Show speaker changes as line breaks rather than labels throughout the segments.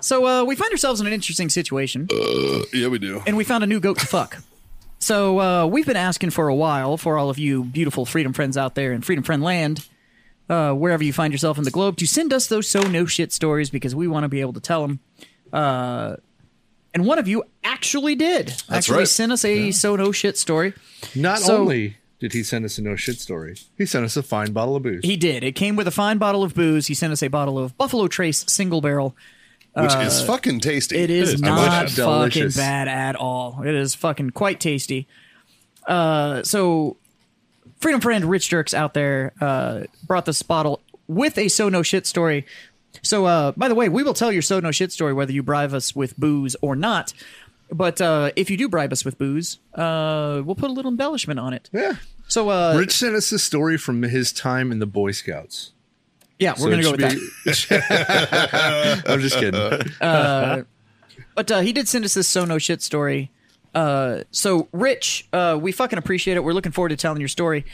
So uh, we find ourselves in an interesting situation,
yeah, we do.
and we found a new goat to fuck. So uh, we've been asking for a while for all of you beautiful freedom friends out there in freedom friend land, uh, wherever you find yourself in the globe, to send us those so no shit stories because we want to be able to tell them. Uh, and one of you actually did. actually
right.
sent us a so no shit story.
Not
So-
only did he send us a no shit story, he sent us a fine bottle of booze.
He did. It came with a fine bottle of booze. He sent us a bottle of Buffalo Trace single barrel.
Which is fucking tasty.
It is, not
delicious.
fucking
Delicious.
bad at all. It is fucking quite tasty. Uh, so, Freedom Friend Rich Jerks out there uh, brought this bottle with a so no shit story. So, uh, by the way, we will tell your so no shit story whether you bribe us with booze or not. But uh, if you do bribe us with booze, uh, we'll put a little embellishment on it.
yeah.
So, uh,
Rich sent us a story from his time in the Boy Scouts.
yeah, we're gonna go with that.
that. I'm just kidding.
But uh, he did send us this so no shit story. Uh, so Rich, uh, we fucking appreciate it. We're looking forward to telling your story.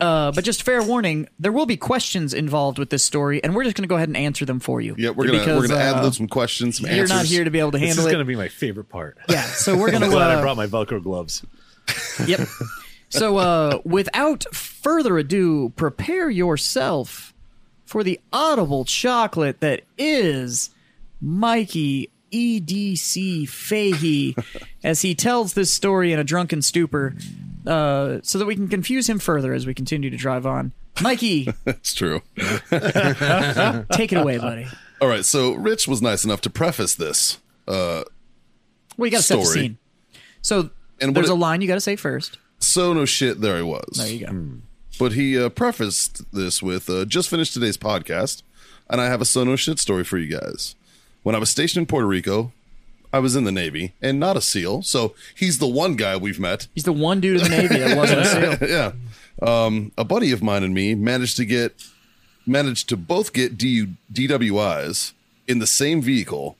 Uh, but just fair warning, there will be questions involved with this story, and we're just going to go ahead and answer them for you.
Yeah, we're gonna we're
Because,
gonna
uh,
add some questions, some
You're
answers.
not here to be able to
This
handle
is
it.
going to be my favorite part.
yeah, so we're going to.
I'm glad
uh,
I brought my Velcro gloves.
Yep. So, uh, without further ado, prepare yourself for the audible chocolate that is Mikey EDC Fahey as he tells this story in a drunken stupor uh, so that we can confuse him further as we continue to drive on. Mikey,
That's true.
take it away, buddy.
All right, so Rich was nice enough to preface this.
We got to set the
Story.
scene. So,
And what
there's
it-
a line you got to say first.
So no shit, there he was.
There you go.
But he uh, prefaced this with uh, just finished today's podcast, and I have a Sono shit story for you guys. When I was stationed in Puerto Rico, I was in the Navy and not a SEAL, so he's the one guy we've met.
He's the one dude in the Navy that wasn't a SEAL.
yeah. Um, a buddy of mine and me managed to get managed to both get DU, DWIs in the same vehicle,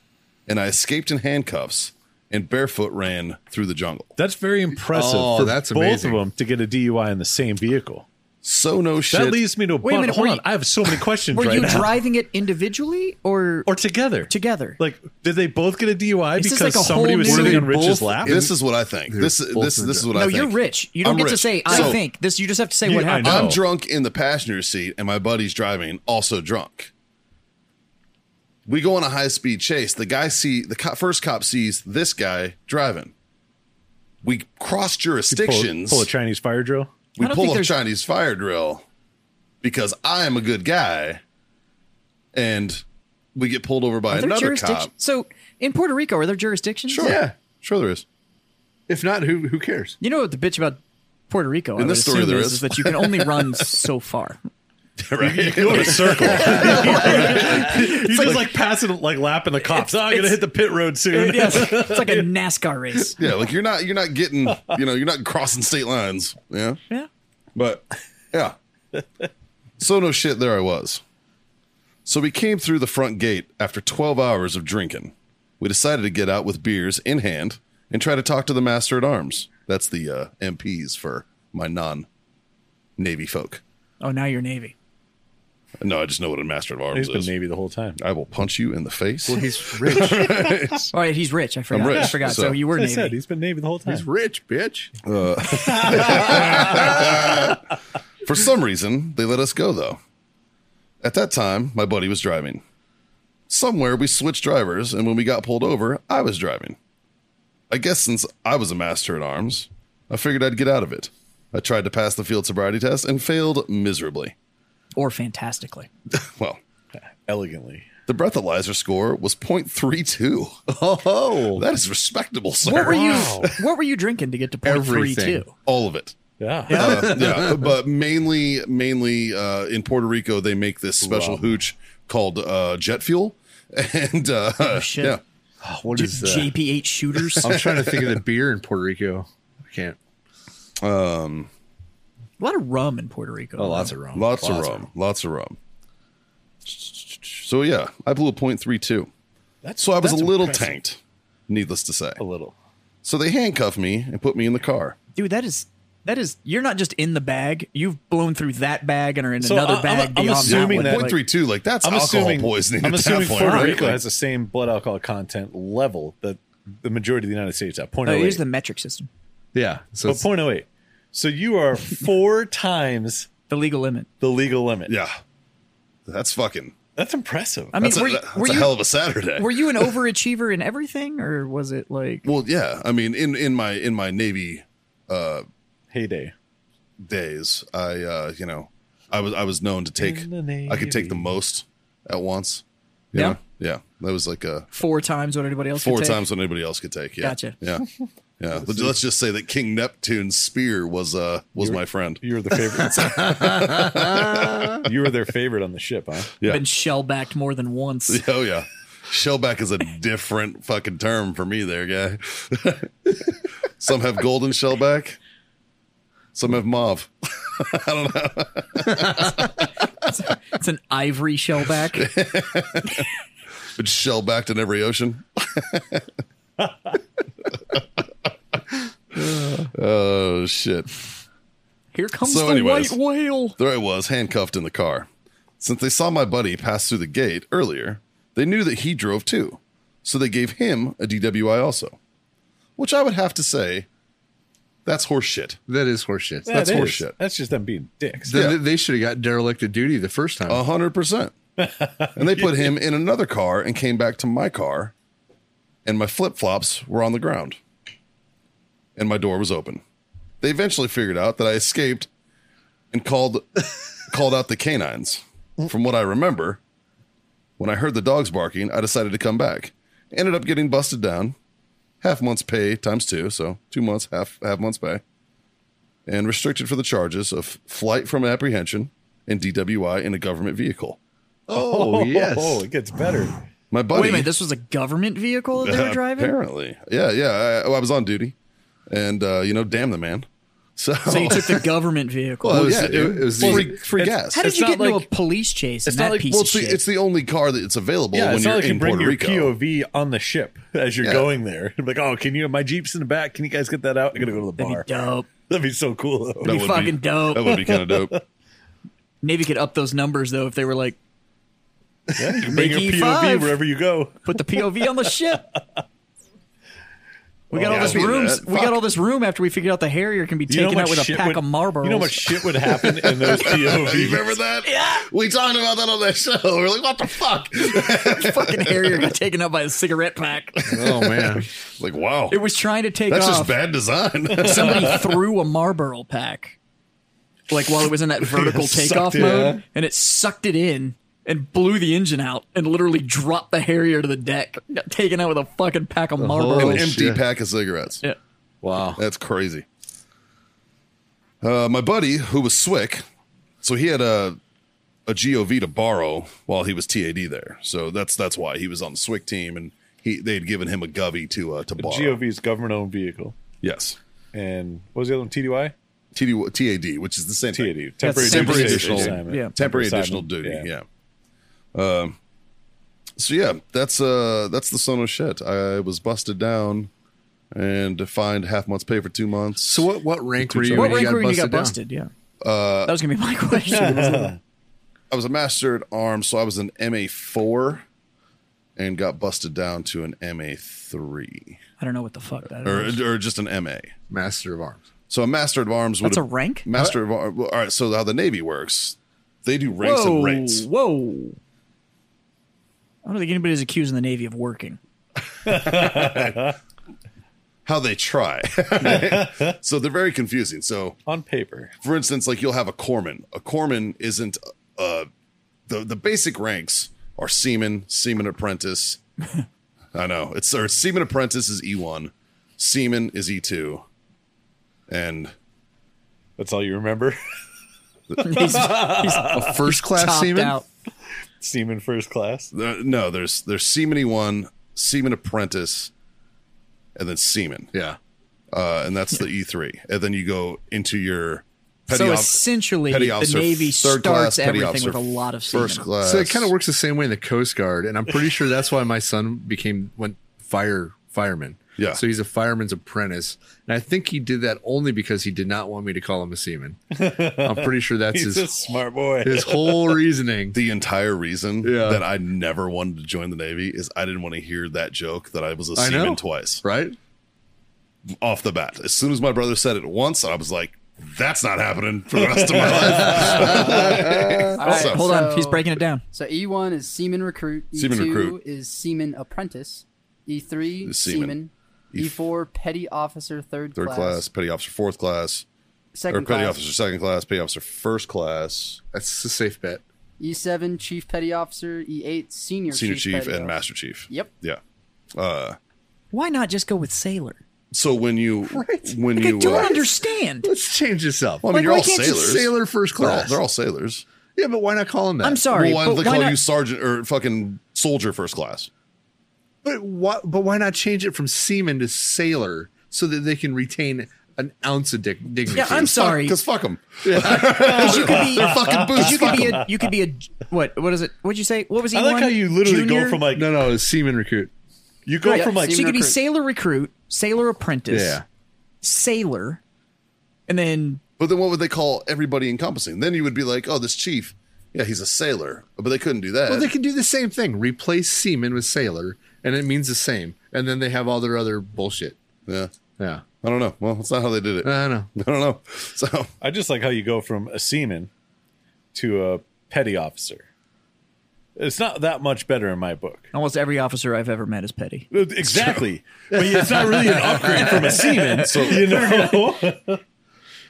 and I escaped in handcuffs and barefoot ran through the jungle.
That's very impressive
Oh,
for
that's
both
amazing.
of them to get a DUI in the same vehicle.
So no shit.
That leads me to a
Wait a
bu-
minute,
Hold
were
on,
you-
I have so many questions
Were
right
you
now.
driving it individually or,
or together?
together?
Like, did they both get a DUI
This is
because
like a
somebody
whole
was
new-
sitting
Were
on
they
Rich's
Both-
lap?
This is what I think. This this
both
this is what I
No,
think.
you're rich. You don't
I'm
get to
rich.
say I
So-
think this. You just have to say
You-
what
I
happened.
know.
I'm
No.
drunk in the passenger seat, and my buddy's driving, also drunk. We go on a high speed chase. The guy see the co- first cop sees this guy driving. We cross
pull,
jurisdictions.
pull a Chinese fire drill.
we
I don't think
pull a
there's-
Chinese fire drill because I am a good guy, and we get pulled over
Are
by
there
another
jurisdiction-
cop.
So in Puerto Rico, are there jurisdictions?
Sure,
Yeah.
sure there is.
if not, who who cares?
You know what the bitch about Puerto Rico I
In this
would
story
assume
there
is,
is.
is that you can only run so far.
right?
Go in a circle. you just like, passing, like lapping the cops. Oh, I'm gonna
it's-
hit the pit road soon.
Yes, it's like a NASCAR race.
yeah, like you're not you're not getting you know you're not crossing state lines. Yeah.
Yeah.
But yeah. so no shit, there I was. So we came through the front gate after 12 hours of drinking. We decided to get out with beers in hand and try to talk to the master at arms. That's the uh, MPs for my non Navy folk.
Oh, now you're Navy.
No, I just know what a master at arms
He's been
is.
Navy the whole time.
I will punch you in the face.
He's rich.
All right, he's rich. I forgot.
I'm rich,
I forgot. So,
so-
you were
I
Navy.
said he's been Navy the whole time.
He's rich, bitch.
For some reason, they let us go though. At that time, my buddy was driving. Somewhere we switched drivers, and when we got pulled over, I was driving. I guess since I was a master at arms, I figured I'd get out of it. I tried to pass the field sobriety test and failed miserably.
or fantastically.
Well,
Elegantly.
the breathalyzer score was 0.32.
Oh,
That is respectable, sir.
What were you?
Wow.
What were you drinking to get to point three
Everything.
two?
All of it.
Yeah.
Uh, yeah, but mainly, mainly uh, in Puerto Rico, they make this special hooch called uh, jet fuel, and uh,
shit.
yeah,
Oh, what
J-
is that?
JP8 shooters.
I'm trying to think of the beer in Puerto Rico. I can't.
A lot of rum in Puerto Rico.
Oh, lots of rum.
Lots, of rum. Lots of rum. So yeah, I blew a point three two.
That's,
Uh, So I was a
that's
little
impressive.
tanked, needless to say.
A little.
So they handcuffed me and put me in the car.
Dude, that is that is you're not just in the bag. You've blown through that bag and are in
So,
another
I- I'm-
bag
I'm
beyond
assuming
that. one.
that-
Point
Like,
three two, like that's
I'm
alcohol
assuming,
poisoning
I'm
at
assuming
that point,
Puerto
right?
Rico
Like,
has the same blood alcohol content level that the majority of the United States at point
no,
oh
it
eight.
is the metric system,
Yeah. So
but
it's-
point oh eight. So you are four times
the legal limit.
the legal limit.
yeah, that's fucking.
That's impressive.
I mean,
That's,
were,
a,
you-
that's
were
a
you
hell of a Saturday.
were you an overachiever in everything, or was it like
well, yeah. I mean, in in my in my Navy
Heyday.
days, I uh, you know, I was I was known to take.
In the
I could take the
Navy.
most at once. you
Yeah?
know? yeah. That was like a
four times what everybody else? could
four
take?
times what anybody else could take. Yeah.
Gotcha.
Yeah. Yeah. Let's, let's just say that King Neptune's spear was uh was my friend.
You were the favorite. you were their favorite on the ship, huh?
Yeah.
Been shell backed more than once.
Oh yeah. Shellback is a different fucking term for me there, guy. some have golden shellback. Some have mauve.
It's an ivory shell back.
It's shellbacked in every ocean. oh shit.
Here comes
So
the
anyways.
white whale.
There I was, handcuffed in the car. Since they saw my buddy pass through the gate earlier, they knew that he drove too. So they gave him a DWI also. Which I would have to say, that's horseshit.
that is horseshit.
That
That's
is.
horseshit.
That's just them being dicks. Oh,
Then
yeah.
they- they should have got derelict of duty the first time.
Oh.
A hundred percent. And they put him in another car and came back to my car, and my flip flops were on the ground. And my door was open. They eventually figured out that I escaped and called called out the canines. From what I remember, when I heard the dogs barking, I decided to come back. Ended up getting busted down. Half month's pay times two, so two months, half half month's pay. And restricted for the charges of flight from apprehension and DWI in a government vehicle.
Oh, yes.
Oh, it gets better.
My buddy.
Wait a minute, this was a government vehicle that they were driving.
Apparently, yeah, yeah. I, I was on duty, and uh, you know, damn the man. So,
So you took the government vehicle.
well,
it was-
yeah,
it-
dude.
it was
free,
the-
free
it's-
gas.
How did
it's
you
not
get into
like-
a police chase in
it's not
that
like-
piece
well,
of
it's the,
shit?
it's the only car that it's available
Yeah,
when
it's not
you're
like
in
you bring
Puerto
your
Rico.
POV on the ship as you're
Yeah.
going there. Like, oh, can you? My jeep's in the back. Can you guys get that out? I'm gonna go to the
That'd
bar.
be dope.
That'd be so cool. Though.
That
be
would
fucking dope.
That would be kind of dope.
Navy could up those numbers though if they were like
You can bring your
Mickey
POV
five.
wherever you go.
put the POV on the ship. We got
Oh,
all
yeah,
this
I see
room.
that.
We
Fuck.
got all this room after we figured out the Harrier can be taken out with a pack
would,
of Marlboros.
You know how much shit would happen in those
you
POVs.
remember that? Yeah. We talked about that on that show. We're like, what the fuck?
fucking Harrier got taken out by a cigarette pack.
Oh, man.
like, wow.
It was trying to take
That's just
off.
bad design.
Somebody threw a Marlboro pack, like while it was in that vertical
Sucked
takeoff
it,
mode,
huh?
and it sucked it in and blew the engine out and literally dropped the Harrier to the deck. Got taken out with a fucking pack of Marlboros.
whole-
An empty
Oh, shit.
pack of cigarettes.
Yeah.
Wow.
That's crazy. Uh, my buddy, who was Swick, so he had a a GOV to borrow while he was TAD there. So that's that's why he was on the Swick team, and he they had given him a govy to uh, to borrow.
GOV is government owned vehicle.
yes,
And what was the other one? TDY?
TD, TAD, which is the same thing.
TAD.
That's
Temporary,
temporary
duty
additional-
assignment.
yeah.
temporary
assignment.
additional duty. Yeah. Um. So yeah, that's uh that's the son of shit. I was busted down and defined half month's pay for two months.
So, what, what rank were you
What
when you
rank
got
were you
busted?
got
down?
busted? Yeah. that was gonna be my question.
I was a master at arms, so I was an MA four, and got busted down to an MA three,
I don't know what the fuck that
or
is.
or just an MA.
Master of Arms.
So a master at arms would
That's a rank?
Master of arms. All right. So how the Navy works, they do ranks
whoa,
and rates.
whoa! I don't think anybody's accusing the Navy of working.
How they try. so they're very confusing. So
On paper.
for instance, like you'll have a corpsman. A corpsman isn't uh the the basic ranks are seaman, seaman apprentice. I know it's or seaman apprentice is E one, seaman is E two, and
That's all you remember.
He's, he's
A first class
Uh, topped
seaman?
out.
Seaman first class.
uh, no, there's there's seaman E one, Seaman Apprentice, and then Seaman,
Yeah.
uh, and that's the E three, and then you go into your
so
off-
essentially,
petty
the
officer,
Navy
third
starts
class, petty
everything
officer,
with a lot of semen.
first class.
So it kind of works the same way in the Coast Guard, and I'm pretty sure that's why my son became went fire fireman.
Yeah.
So he's a fireman's apprentice, and I think he did that only because he did not want me to call him a seaman. I'm pretty sure that's
He's a
his
smart boy.
his whole reasoning.
the entire reason
Yeah.
that I never wanted to join the Navy is I didn't want to hear that joke that I was a
I know.
seaman twice
Right?
off the bat. As soon as my brother said it once, I was like, that's not happening for the rest of my life.
All right,
So-
Hold on, he's
So-
breaking it down.
So E1 is seaman recruit. E2
Seaman recruit.
is seaman apprentice. E3
Is seaman.
seaman.
E-
E4 petty officer third,
Third class. petty officer, fourth class,
Second
or petty
class.
officer, second class, petty officer, first class,
That's a safe bet.
E7 E chief petty officer. E8 senior,
senior
chief,
chief,
petty
and
officer.
master chief.
Yep.
Yeah.
Why not just go with sailor?
So when you when
Like,
you
I don't
uh,
understand.
Let's change this up.
Well, I mean, you're
why
all
can't you
sailors.
Sailor first
They're all,
class.
they're all sailors.
yeah, but why not call him that?
I'm sorry,
well, why don't
but
they
why
call
not?
you sergeant or fucking soldier first class?
But why, but why not change it from seaman to sailor so that they can retain an ounce of dig- dignity?
yeah, I'm sorry.
Because fuck them.
you could be,
fucking boots.
you could
Fuck
be
'em.
a, you could be a, what, what is it? What'd you say? What was he?
I like how you literally go from like
no, no, it's seaman recruit.
you go
Right.
from like
Yeah,
so you could be
recruit.
sailor recruit, sailor apprentice,
Yeah.
sailor, and then
But then what would they call everybody encompassing? Then you would be like, oh, this chief, yeah, he's a sailor. But they couldn't do that.
Well, they can do the same thing. Replace seaman with sailor, and it means the same. And then they have all their other bullshit.
yeah.
Yeah,
I don't know. Well, that's not how they
Uh.
did it.
I know.
I don't know. So
I just like how you go from a seaman to a petty officer. It's not that much better in my book.
almost every officer I've ever met is petty.
Exactly. but it's not really an upgrade from a seaman. So you know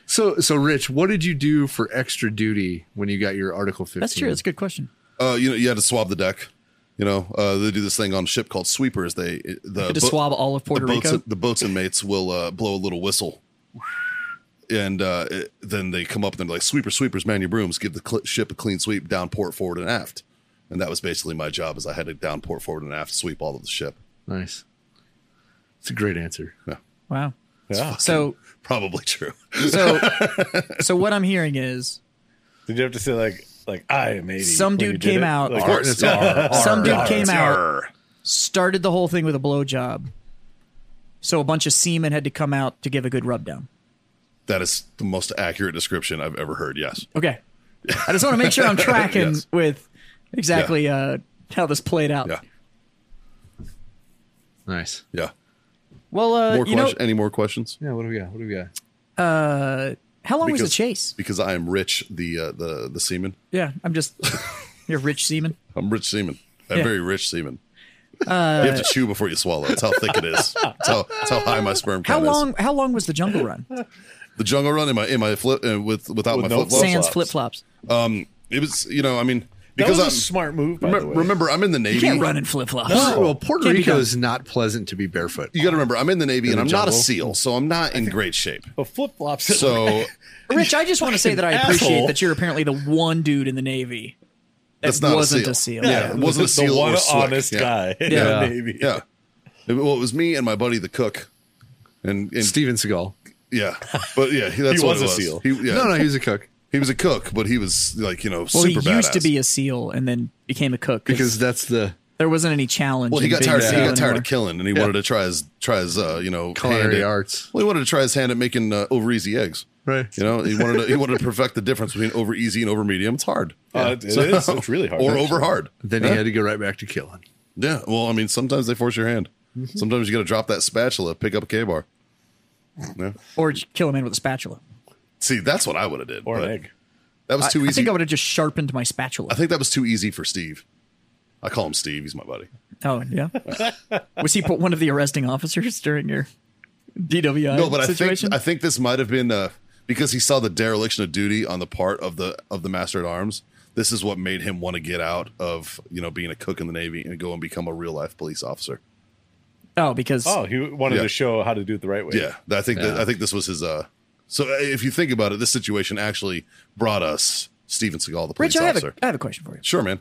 So, so Rich, what did you do for extra duty when you got your Article Fifteen?
That's true. That's a good question.
uh, you know, you had to swab the deck. You know, uh, they do this thing on ship called sweepers. They the
Had to swab all of Puerto
the boats,
Rico.
the boats inmates will uh, blow a little whistle, and uh, it- then they come up and they're like, "Sweeper, sweepers, man your brooms. Give the cl- ship a clean sweep down port, forward, and aft." And that was basically my job, is I had to down port, forward, and aft sweep all of the ship.
Nice. It's a great answer.
Wow.
Yeah.
So
Probably true.
so so what I'm hearing is
Did you have to say like like I am eighty?
Some
when you
dude
did
came
it?
out.
Like,
Of course.
It's R.
some dude
Arr.
came out,
Arr.
started the whole thing with a blowjob. So a bunch of seamen had to come out to give a good rub down.
That is the most accurate description I've ever heard. Yes.
Okay. I just want to make sure I'm tracking
Yes.
with exactly uh, how this played out.
Yeah.
Nice.
Yeah.
Well, uh,
More
you know,
question, any more questions?
Yeah. What do we got? What do we got?
how long was
Because-
the chase?
Because I am Rich, the uh, the the seaman.
Yeah, I'm just you're a rich seaman.
I'm Rich Seaman. I'm
Yeah. Uh,
very rich seaman. you have to chew before you swallow. That's how thick it is. That's how, that's how high my sperm
How
count
long? How long was the jungle run?
is. The jungle run in my in my flip uh, with without
With
my
no
flip flops.
Sans flip flops.
It was you know I mean
That
because
was
I'm
a smart move. By the
remember,
way.
remember I'm in the
You
navy.
can't run in flip flops.
Oh, well, Puerto
Can't be
Rico
done.
is not pleasant to be barefoot.
You got to remember I'm in the navy and
the
I'm not a
jungle.
seal, so I'm not in great shape.
but flip flops.
So
Rich, I just want to say that I appreciate
asshole.
that you're apparently the one dude in the Navy that
that's not
wasn't
a
a
seal.
seal.
Yeah, it wasn't a seal.
The
or
one
a slick.
honest
Yeah.
guy. in
Yeah.
the Navy.
Yeah. It- Well, it was me and my buddy the cook, and, and
Steven Seagal.
Yeah, but yeah, he- that's
He
what
was
it
a seal.
He, yeah.
No, no, he was a cook
he was a cook, but he was like you know
Well,
super
he used to
badass.
be a seal and then became a cook
because that's the
there wasn't any challenge.
Well, he
in
got
being
tired.
a
He
seal
got tired
anymore.
of killing, and he wanted to try his try his uh, you know
culinary
hand at-
arts.
Well, he wanted to try his hand at making uh, over easy eggs.
Right.
You know, he wanted to, he wanted to perfect the difference between over easy and over medium. It's hard.
Uh, it is. It's really hard,
Or
actually.
over hard.
Then he had to go right back to killing.
Yeah. Well, I mean, sometimes they force your hand.
Mm-hmm.
Sometimes you got to drop that spatula, pick up a K bar. Yeah.
or just kill a man with a spatula.
See, that's what I would have did.
Or an
but
egg.
That was
I,
too
I
easy. Uh.
think I would have just sharpened my spatula.
I think that was too easy for Steve. I call him Steve. He's my buddy.
oh yeah, was he one of the arresting officers during your DWI
No, but
situation?
I think I think this might have been uh, because he saw the dereliction of duty on the part of the of the master at arms. This is what made him want to get out of you know being a cook in the navy and go and become a real life police officer.
oh, because
Oh, he wanted
Yeah.
to show how to do it the right way.
Yeah, I think that I think this was his. uh So if you think about it, this situation actually brought us Steven Seagal, the police
Rich, I have,
officer.
a, I have a question for you.
Sure, man.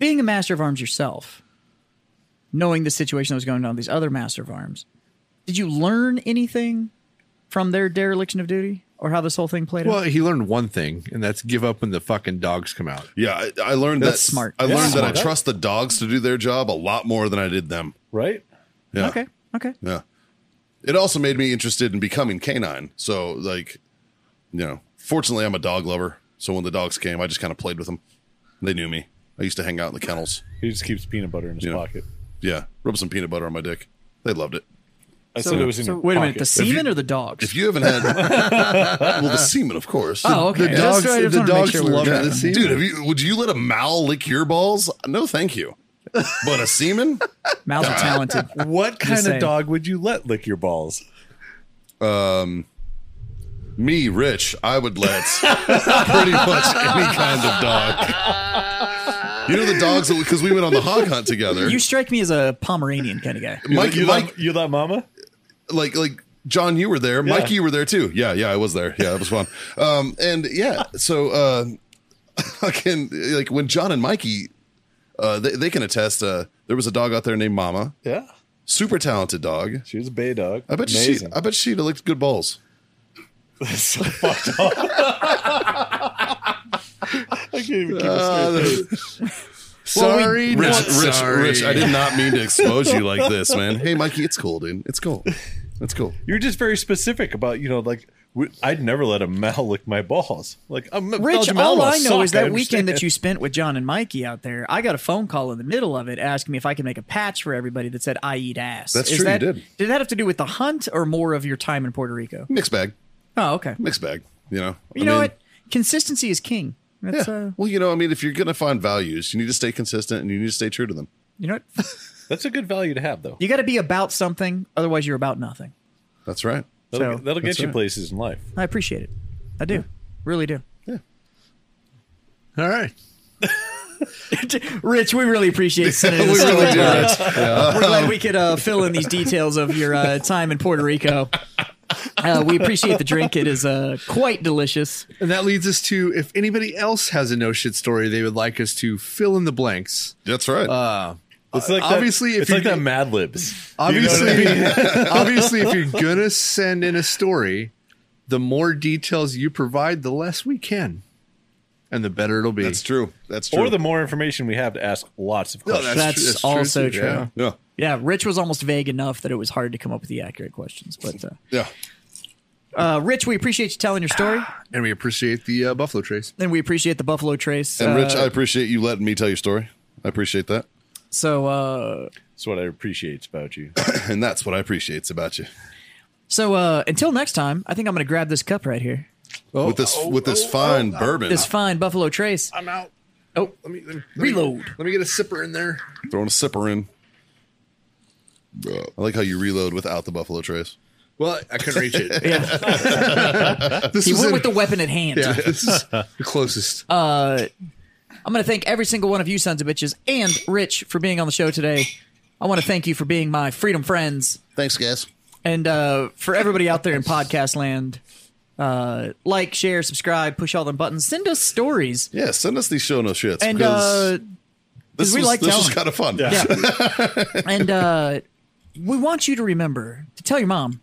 Being a master of arms yourself, knowing the situation that was going on with these other master of arms, did you learn anything from their dereliction of duty or how this whole thing played
Well,
out?
he learned one thing, and that's give up when the fucking dogs come out.
Yeah, I, I learned
That's
that.
smart.
I
That's
learned that
smart.
I trust the dogs to do their job a lot more than I did them.
right?
Yeah.
Okay. Okay.
Yeah. It also made me interested in becoming canine. So, like, you know, fortunately, I'm a dog lover. So when the dogs came, I just kind of played with them. They knew me. I used to hang out in the kennels.
He just keeps peanut butter in his
Yeah.
pocket.
Yeah, rub some peanut butter on my dick. They loved it.
I
So-
said it was in
so-
your
Wait a
pocket.
minute. The semen
you-
or the dogs?
If you haven't had, well, the semen, of course.
oh, okay.
The
That's
dogs,
right. I just
the
wanted to make
dogs
sure we were
love
tracking.
the semen.
dude, have you? Would you let a mal lick your balls? No, thank you. But a semen,
Mouths are talented.
What kind
saying.
of dog would you let lick your balls?
me, Rich, I would let pretty much any kind of dog. You know the dogs because we went on the hog hunt together.
You strike me as a Pomeranian kind of guy.
You
Mike,
let- you,
Mike,
let, you let mama?
like like John, you were there. Mike, you were there too. Yeah, yeah, I was there. Yeah, that was fun. Um, and yeah, so uh, fucking like when John and Mikey, uh, they, they can attest. Uh, there was a dog out there named Mama,
Yeah.
super talented dog.
She was a bay dog.
I bet you she,
Amazing.
I bet she'd have licked good balls.
so fucked up. I can't even keep a straight face.
Sorry,
Rich,
not
Rich,
sorry.
Rich, I did not mean to expose you like this, man. Hey, Mikey, it's cool, dude. It's cool. It's cool.
You're just very specific about, you know, like, we- I'd never let a mal lick my balls. Like, a m-
Rich,
Belgian
all
Malinois
I know
suck,
is that
I
weekend that
understand.
you spent with John and Mikey out there, I got a phone call in the middle of it asking me if I could make a patch for everybody that said I eat ass.
That's
Is
true, you
that-
did.
Did that have to do with the hunt or more of your time in Puerto Rico?
Mixed bag,
Oh, okay.
mixed bag. You know,
You know what? Consistency is king. That's
Yeah.
uh
well, you know, I mean, if you're gonna find values, you need to stay consistent and you need to stay true to them.
you know what?
That's a good value to have, though.
You gotta be about something, otherwise you're about nothing.
That's right.
So-
That'll, that'll
That's
get you
right.
places in life.
I appreciate it. I do. Really do.
All right.
Rich, we really appreciate sending this
We really
story.
do,
We're glad we could uh, fill in these details of your uh, time in Puerto Rico. Uh, we appreciate the drink. It is uh, quite delicious.
And that leads us to if anybody else has a no shit story they would like us to fill in the blanks.
That's right.
uh,
Uh,
It's like
obviously,
that,
if
it's like
you-
that Mad Libs.
Obviously, obviously, if you're gonna send in a story, the more details you provide, the less we can, and the better it'll be.
that's true. That's true.
Or the more information we have to ask lots of
No,
questions.
That's
tru-
also
too,
true.
yeah.
yeah,
Yeah, Rich was almost vague enough that it was hard to come up with the accurate questions. But uh,
yeah.
uh, Rich, we appreciate you telling your story,
And we appreciate the uh, Buffalo Trace.
and we appreciate the Buffalo Trace.
And Rich,
uh,
I appreciate you letting me tell your story. I appreciate that,
so uh,
That's what I appreciate about you.
and that's what I appreciate about you
so uh, until next time, I think I'm going to grab this cup right here.
Oh,
with this with this fine bourbon.
This fine Buffalo Trace.
I'm out.
Oh,
Let me, let me-
reload.
Let me get a sipper in there.
Throwing a sipper in. I like how you reload without the buffalo trace.
Well, I couldn't reach it.
Yeah,
This
he
was
went
in-
with the Uh, weapon at hand.
yeah, this is the closest.
I'm going to thank every single one of you sons of bitches and Rich for being on the show today. I want to thank you for being my freedom friends
Thanks, guys.
and uh, for everybody out there in podcast land. Uh, like, share, subscribe, push all them buttons, send us stories,
Yeah, send us these show no shits
and uh,
this
we
was,
like
this was
telling.
kind of fun.
yeah, and uh, we want you to remember to tell your mom,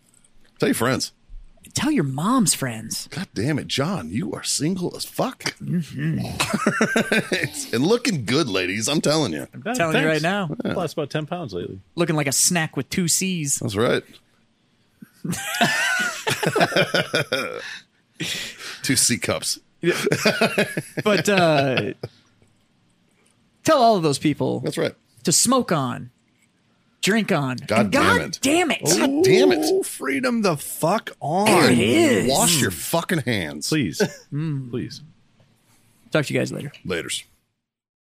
Tell your friends.
tell your mom's friends.
God damn it, John, you are single as fuck. Mm-hmm. and looking good, ladies. I'm telling you.
I'm
telling you right now.
I've lost about 10 pounds lately.
Looking like a snack with two C's.
That's right. Two C cups.
But uh, tell all of those people
That's right.
to smoke on, drink on.
God
and
damn
God
it.
damn it.
God damn it.
Ooh, freedom the fuck on.
There it is.
Wash your fucking hands.
Mm.
Please. Please.
Talk to you guys later.
Laters.